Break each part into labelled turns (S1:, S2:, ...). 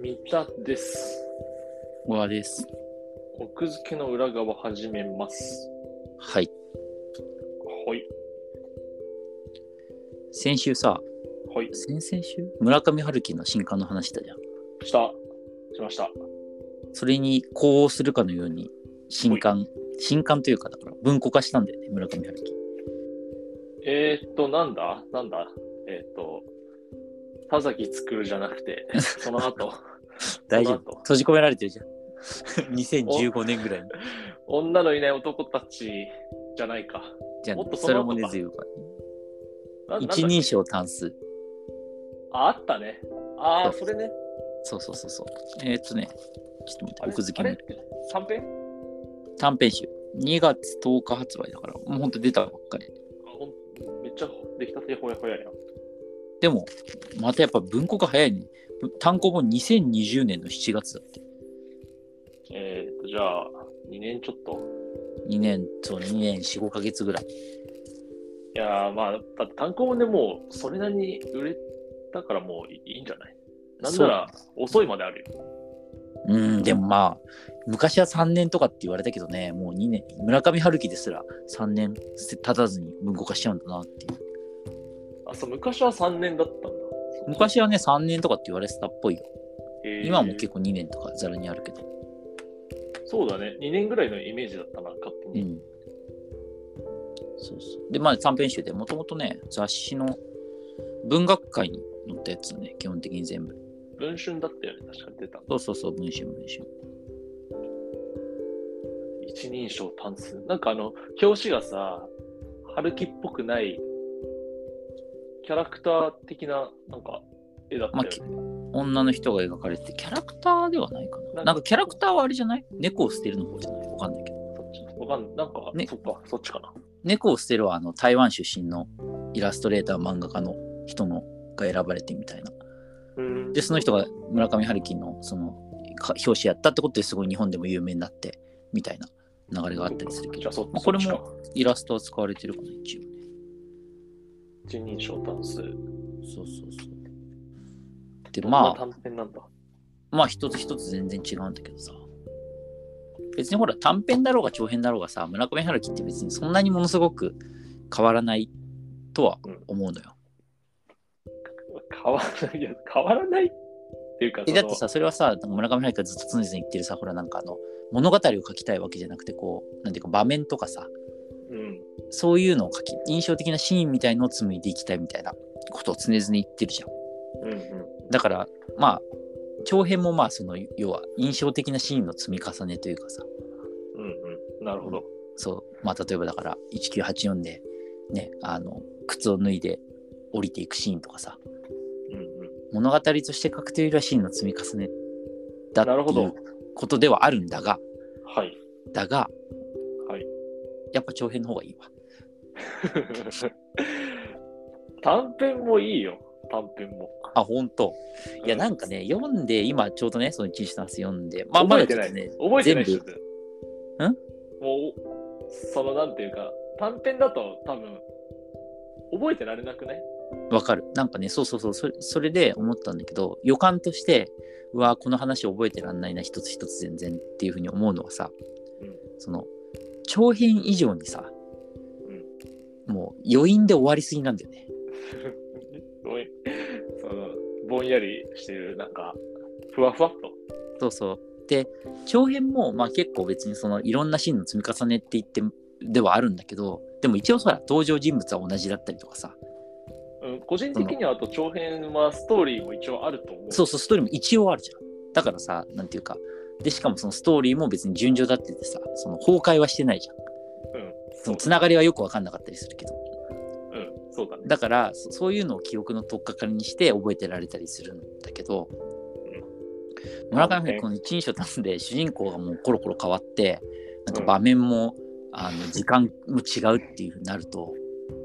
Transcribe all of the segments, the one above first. S1: 三田です。
S2: 小川です。
S1: 奥付けの裏側始めます。
S2: はい。
S1: はい。
S2: 先週さ、
S1: はい。
S2: 先々週村上春樹の新刊の話したじゃん。
S1: した。しました。
S2: それに呼応するかのように、新刊、新刊というか、だから文庫化したんだよね、村上春樹。
S1: えー、っと、なんだなんだえー、っと、田崎作るじゃなく て、その後、
S2: 大丈夫。
S1: その後
S2: 閉じ込められてるじゃん。2015年ぐ らいに。
S1: 女のいない男たちじゃないか。
S2: じゃあ
S1: もっと、そ
S2: それ
S1: の後
S2: もね
S1: か、
S2: ずいぶ
S1: ななんだっけ
S2: 一人称単数。
S1: あ、あったね。ああ、
S2: そ
S1: そうれね。
S2: そうそうそうそう。えーっとね、ちょっと待って
S1: あ、れ
S2: 奥付
S1: あ
S2: け
S1: れ
S2: の
S1: 短編
S2: 短編集。2月10日発売だから、もうほんと出たばっかり。
S1: あほんめっちゃ出来たてほやほやや。
S2: でも、またやっぱ文庫化早いね。単行本2020年の7月だって。
S1: えー、っと、じゃあ、2年ちょっと。
S2: 2年と2年4、5ヶ月ぐらい。
S1: いやーまあ、だって単行本でもうそれなりに売れたからもういいんじゃないなんなら遅いまであるよ。
S2: うん、でもまあ、昔は3年とかって言われたけどね、もう2年、村上春樹ですら3年経たずに文庫化しちゃうんだなっていう。
S1: あ、そう、昔は3年だったんだ。
S2: 昔はね、3年とかって言われてたっぽいよ。
S1: えー
S2: 今はもう結構2年とかざらにあるけど。
S1: そうだね。2年ぐらいのイメージだったな、勝手
S2: う
S1: に。
S2: ん。そうそう。で、まあ短編集でもともとね、雑誌の文学界に載ったやつね、基本的に全部。
S1: 文春だったよね、確かに出たの。
S2: そうそうそう、文春文春。
S1: 一人称単数。なんかあの、表紙がさ、春樹っぽくない、キャラクター的な、なんか、絵だったよね。
S2: 女の人が描かれて、キャラクターではないか
S1: なんか
S2: な。なんかキャラクターはあれじゃない猫を捨てるの方じゃないわかんないけど。
S1: そっちわかんない。なんか、
S2: ね
S1: そっか、そっちかな。
S2: 猫を捨てるはあの台湾出身のイラストレーター漫画家の人のが選ばれてみたいな。
S1: うん
S2: でその人が村上春樹のそのか表紙やったってことですごい日本でも有名になってみたいな流れがあったりするけ
S1: じゃ
S2: ど
S1: あそ
S2: まあこれも
S1: そっちか
S2: イラストは使われてるかな一応ね。
S1: 一人称単数。
S2: そうそうそう。で
S1: どんな
S2: まあ
S1: 短編なんだ。
S2: まあ一つ一つ全然違うんだけどさ。別にほら短編だろうが長編だろうがさ村上春樹って別にそんなにものすごく変わらないとは思うのよ。
S1: 変わらないいや、変わらないっていうか、
S2: え
S1: その
S2: だってさそれはさなんか村上春樹がずっと常々言ってるさほらなんかあの物語を書きたいわけじゃなくてこうなんていうか場面とかさ
S1: うん、
S2: そういうのを書き印象的なシーンみたいのを紡いでいきたいみたいなことを常々言ってるじゃん
S1: うん、うん。
S2: だからまあ長編もまあその要は印象的なシーンの積み重ねというかさ
S1: うん、うん。なるほど。
S2: そうまあ例えばだから1984でねあの靴を脱いで降りていくシーンとかさ
S1: うん、うん。
S2: 物語として書くというよりはシーンの積み重ねだって
S1: なるほ
S2: い
S1: ど
S2: う。ことではあるんだが
S1: はい。
S2: だが、
S1: はい
S2: やっぱ長編の方がいいわ。
S1: 短編もいいよ、短編も。
S2: あ、本当。いや、
S1: う
S2: なんか、ね、読んで、今ちょうどね、その一日の明日読んで、まあ、ま
S1: 覚え
S2: だ
S1: て
S2: ちょ
S1: な
S2: っ
S1: い
S2: とね、
S1: 覚えてない
S2: 全
S1: 人
S2: 部
S1: だよ
S2: ん
S1: もう、その、なんていうか、短編だと多分、覚えてられなくない
S2: わかる。なんかね、そうそうそう、それそれで思ったんだけど、予感として、うわ、この話覚えてらんないな、一つ一つ全然っていうふうに思うのはさ、
S1: うん
S2: その、長編以上にさ、
S1: うん
S2: もう余韻で終わりすぎなんだよね。
S1: ごめん。 その、ぼんやりしてる、なんか、ふわふわっと。
S2: そうそう。で、長編も、まあ結構別にそのいろんなシーンの積み重ねって言ってではあるんだけど、でも一応さ、登場人物は同じだったりとかさ、
S1: うん、個人的にはあと長編はストーリーも一応あると思う。
S2: そうそう、ストーリーも一応あるじゃん。だからさ、なんていうか、で、しかもそのストーリーも別に順序立っててさ、その崩壊はしてないじゃん。
S1: うん、
S2: そ
S1: そう
S2: のつながりはよくわかんなかったりするけど。
S1: うん、そうだね。
S2: だから、そそういうのを記憶の取っかかりにして覚えてられたりするんだけど、村上
S1: うん
S2: 君、この一人称足すで主人公がもうコロコロ変わって、なんか場面も、あの時間も違うっていうふうになると、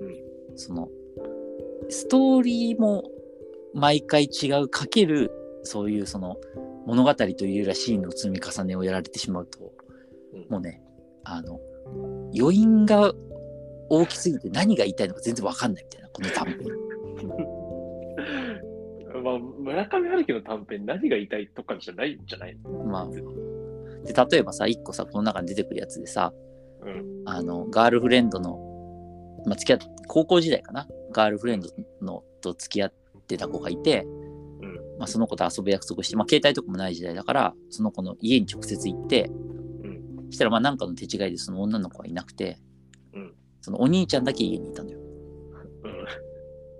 S1: うん
S2: そのストーリーも毎回違うかけるそういうその物語というよりはシーンの積み重ねをやられてしまうと、
S1: うん
S2: もうねああの、余韻が大きすぎて何が言いたいのか全然わかんないみたいな、この短編。
S1: まあ、村上春樹の短編何が言いたいとかじゃないんじゃない
S2: まあ。で、例えばさ、一個さ、この中に出てくるやつでさ、
S1: うん。
S2: あの、ガールフレンドの、まあ、付き合っ高校時代かな、ガールフレンドのと付き合ってた子がいて、
S1: うん
S2: まあ、その子と遊ぶ約束して、まあ、携帯とかもない時代だから、その子の家に直接行って、したら、まあ、なんかの手違いでその女の子はいなくて、
S1: うん
S2: そのお兄ちゃんだけ家にいたのよ。
S1: うん。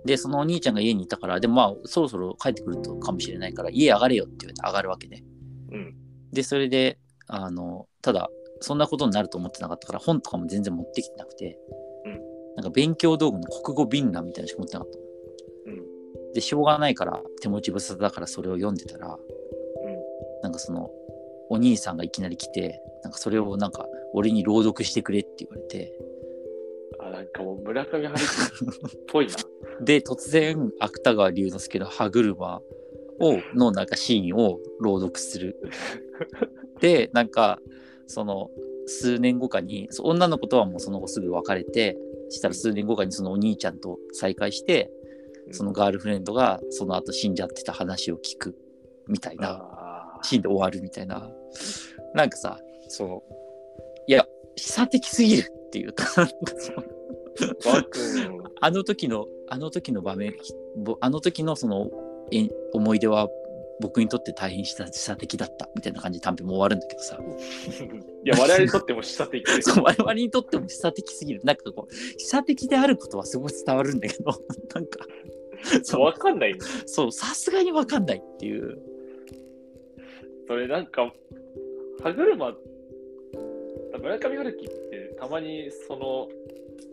S2: で、そのお兄ちゃんが家にいたから、でもまあ、そろそろ帰ってくるとかもしれないから、家上がれよって言われて上がるわけね。
S1: うん。
S2: でそれであのただそんなことになると思ってなかったから本とかも全然持ってきてなくて、
S1: うん
S2: なんか勉強道具の国語便欄みたいなのしか持ってなかったの、でしょうがないから手持ち無沙汰だからそれを読んでたら、なんかそのお兄さんがいきなり来てなんかそれをなんか俺に朗読してくれって言われて
S1: あ、なんかもう村上春樹っぽいな。
S2: で突然芥川龍之介の歯車をのなんかシーンを朗読するでなんかその数年後かにそう女の子とはもうその後すぐ別れてしたら数年後かにそのお兄ちゃんと再会して そのガールフレンドがその後死んじゃってた話を聞くみたいな
S1: あ
S2: シーンで終わるみたいななんかさそういや示唆的すぎるっていうか なんかその
S1: ーワクン
S2: あの時の、あの時の場面、ひぼあの時のそのえ思い出は僕にとって大変示唆的だったみたいな感じで短編も終わるんだけどさ、
S1: いや、我々にとっても示唆的で
S2: そう我々にとっても示唆的すぎる。なんかこう、示唆的であることはすごい伝わるんだけど、 なんか、そ
S1: わ
S2: う、
S1: かんないんだ
S2: そうさすがにわかんないっていう。
S1: それなんか、歯車、村上春樹ってたまにその、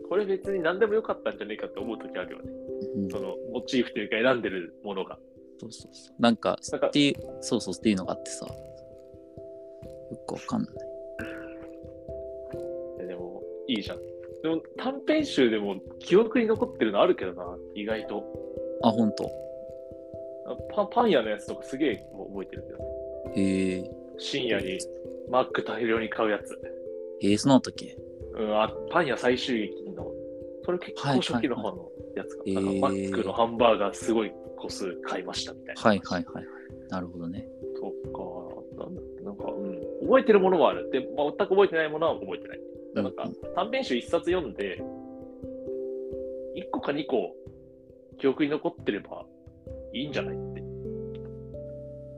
S1: これ別に何でもよかったんじゃねえかって思う時あるよね。
S2: うん
S1: そのモチーフというか選んでるものが。
S2: そうそうそう。なんか、
S1: なんか
S2: っていう、そうそうっていうのがあってさ、よくわかんない。
S1: えでも、いいじゃん。でも短編集でも記憶に残ってるのあるけどな、意外と。
S2: あ、ほんと。
S1: パンパン屋のやつとかすげえもう覚えてるけど、
S2: へえ。
S1: 深夜にマック大量に買うやつ。
S2: へえ、その後っけ
S1: うん、あパン屋最終劇の、それ結構初期の方のやつか、
S2: はいはい
S1: な
S2: はい
S1: んかマックのハンバーガーすごい個数買いましたみたいな。
S2: はいはいはいはい。なるほどね。
S1: とか、なんだっけ、なんか、うん、覚えてるものはある。で、まあ全く覚えてないものは覚えてない。だからなんか、短編集一冊読んで、一個か二個、記憶に残ってればいいんじゃないって。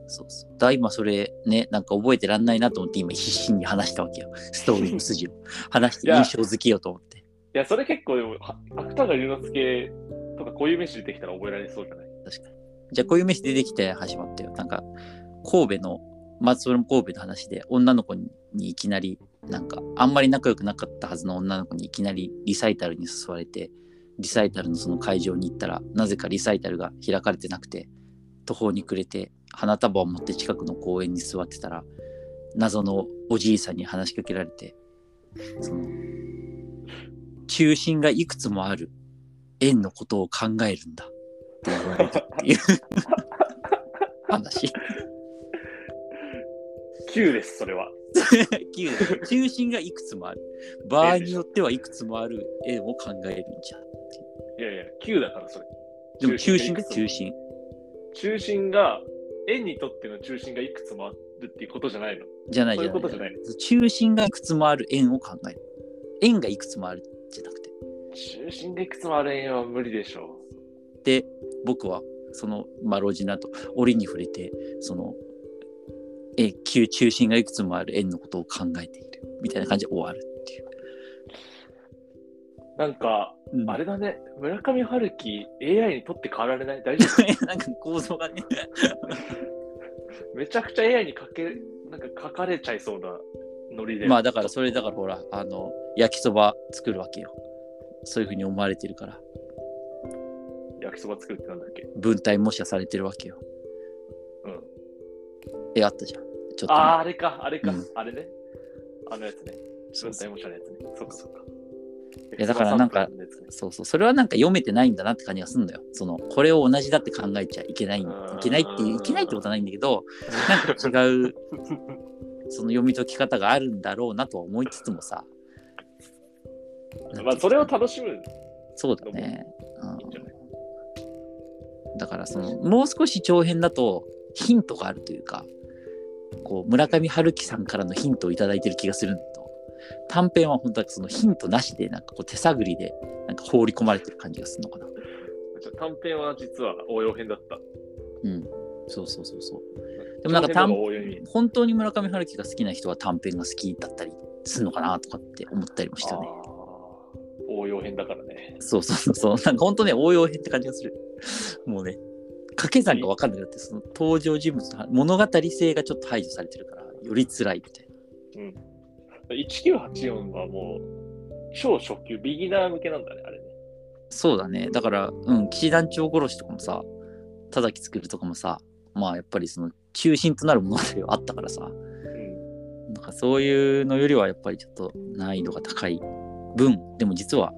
S2: そうそう。だから今それね、なんか覚えてらんないなと思って今必死に話したわけよ。ストーリーの筋を。話して
S1: いや
S2: 印象づけようと思って。
S1: いや、それ結構でも、は芥川龍之介とかこういう飯出てきたら覚えられそうじゃない
S2: 確かに。じゃあこういう飯出てきて始まったよ。なんか神戸の、まあそれも神戸の話で女の子にいきなり、なんかあんまり仲良くなかったはずの女の子にいきなりリサイタルに誘われて、リサイタルのその会場に行ったら、なぜかリサイタルが開かれてなくて、途方に暮れて花束を持って近くの公園に座ってたら謎のおじいさんに話しかけられてその中心がいくつもある円のことを考えるんだって言 われたっていう話
S1: ?9 です、それは。
S2: 中心がいくつもある場合によってはいくつもある円を考えるんじゃ
S1: いやいや、9だから、それ。
S2: でも中心が
S1: 中
S2: 中
S1: 心。
S2: 心
S1: 中心が、円にとっての中心がいくつもあるっていうことじゃないの。
S2: じゃない
S1: そう
S2: じ
S1: い
S2: ゃ
S1: う
S2: な
S1: こ
S2: い
S1: とじゃない。
S2: 中心がいくつもある円を考える円がいくつもあるじゃなくて
S1: 中心でいくつもある円は無理でしょ
S2: で僕はそのまあ老人だと折に触れてそのえ旧中心がいくつもある円のことを考えているみたいな感じで終わるっていう、
S1: う。なんか、
S2: うん
S1: あれだね、村上春樹、AI にとって変わられない大丈
S2: なんか構造がね
S1: 夫めちゃくちゃ AI にかけ、なんか書かれちゃいそうなノリで。
S2: まあだからそれだからほらあの焼きそば作るわけよそういうふうに思われてるから
S1: 焼きそば作るってなんだっけ。
S2: 文体模写されてるわけよ
S1: うん。
S2: えあったじゃんちょっとね、
S1: ああー、あれか、あれか、
S2: うん
S1: あれね。あのやつね。
S2: そう
S1: 文
S2: そ
S1: 体
S2: う
S1: 模写のやつね。そっかそっか。
S2: いやだからなんか
S1: 焼きそばサンプルのやつね
S2: そうそうそれはなんか読めてないんだなって感じがするのよそのこれを同じだって考えちゃいけないい
S1: うん
S2: けないっていういけないってことはないんだけど なんか違うその読み解き方があるんだろうなとは思いつつもさ
S1: まあ、それを楽しむん
S2: そうだね。
S1: じゃない。
S2: うん、だからその、もう少し長編だとヒントがあるというか、こう村上春樹さんからのヒントをいただいてる気がするのと、短編は本当はそのヒントなしで、なんかこう手探りでなんか放り込まれてる感じがするのかな。
S1: 短編は実は応用編だった。
S2: うん。そうそうそうそう。でもなんか
S1: 長
S2: 短
S1: 編の方が応用に
S2: 本当に村上春樹が好きな人は短編が好きだったりするのかなとかって思ったりもしたね。
S1: あー応用編だからね。
S2: そうそうそうそう。なんか本当ね、応用編って感じがする。もうね、掛け算が分かんなくなって、その登場人物の物語性がちょっと排除されてるから、より辛いみたいな。
S1: 1984はもう、超初級、ビギナー向けなんだね、あれね。
S2: そうだね。だから、うん、騎士団長殺しとかもさ、田崎作るとかもさ、まあやっぱりその中心となる物語があったからさ、
S1: うん。
S2: なんかそういうのよりはやっぱりちょっと難易度が高い分、でも実は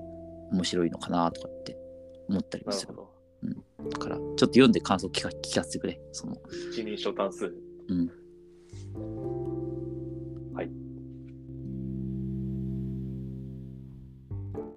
S2: 面白いのかなとかって思ったりも
S1: なる
S2: す
S1: ほ
S2: る
S1: ど。
S2: から、ちょっと読んで感想聞か聞かせてくれ。その
S1: 一人称単数。
S2: うん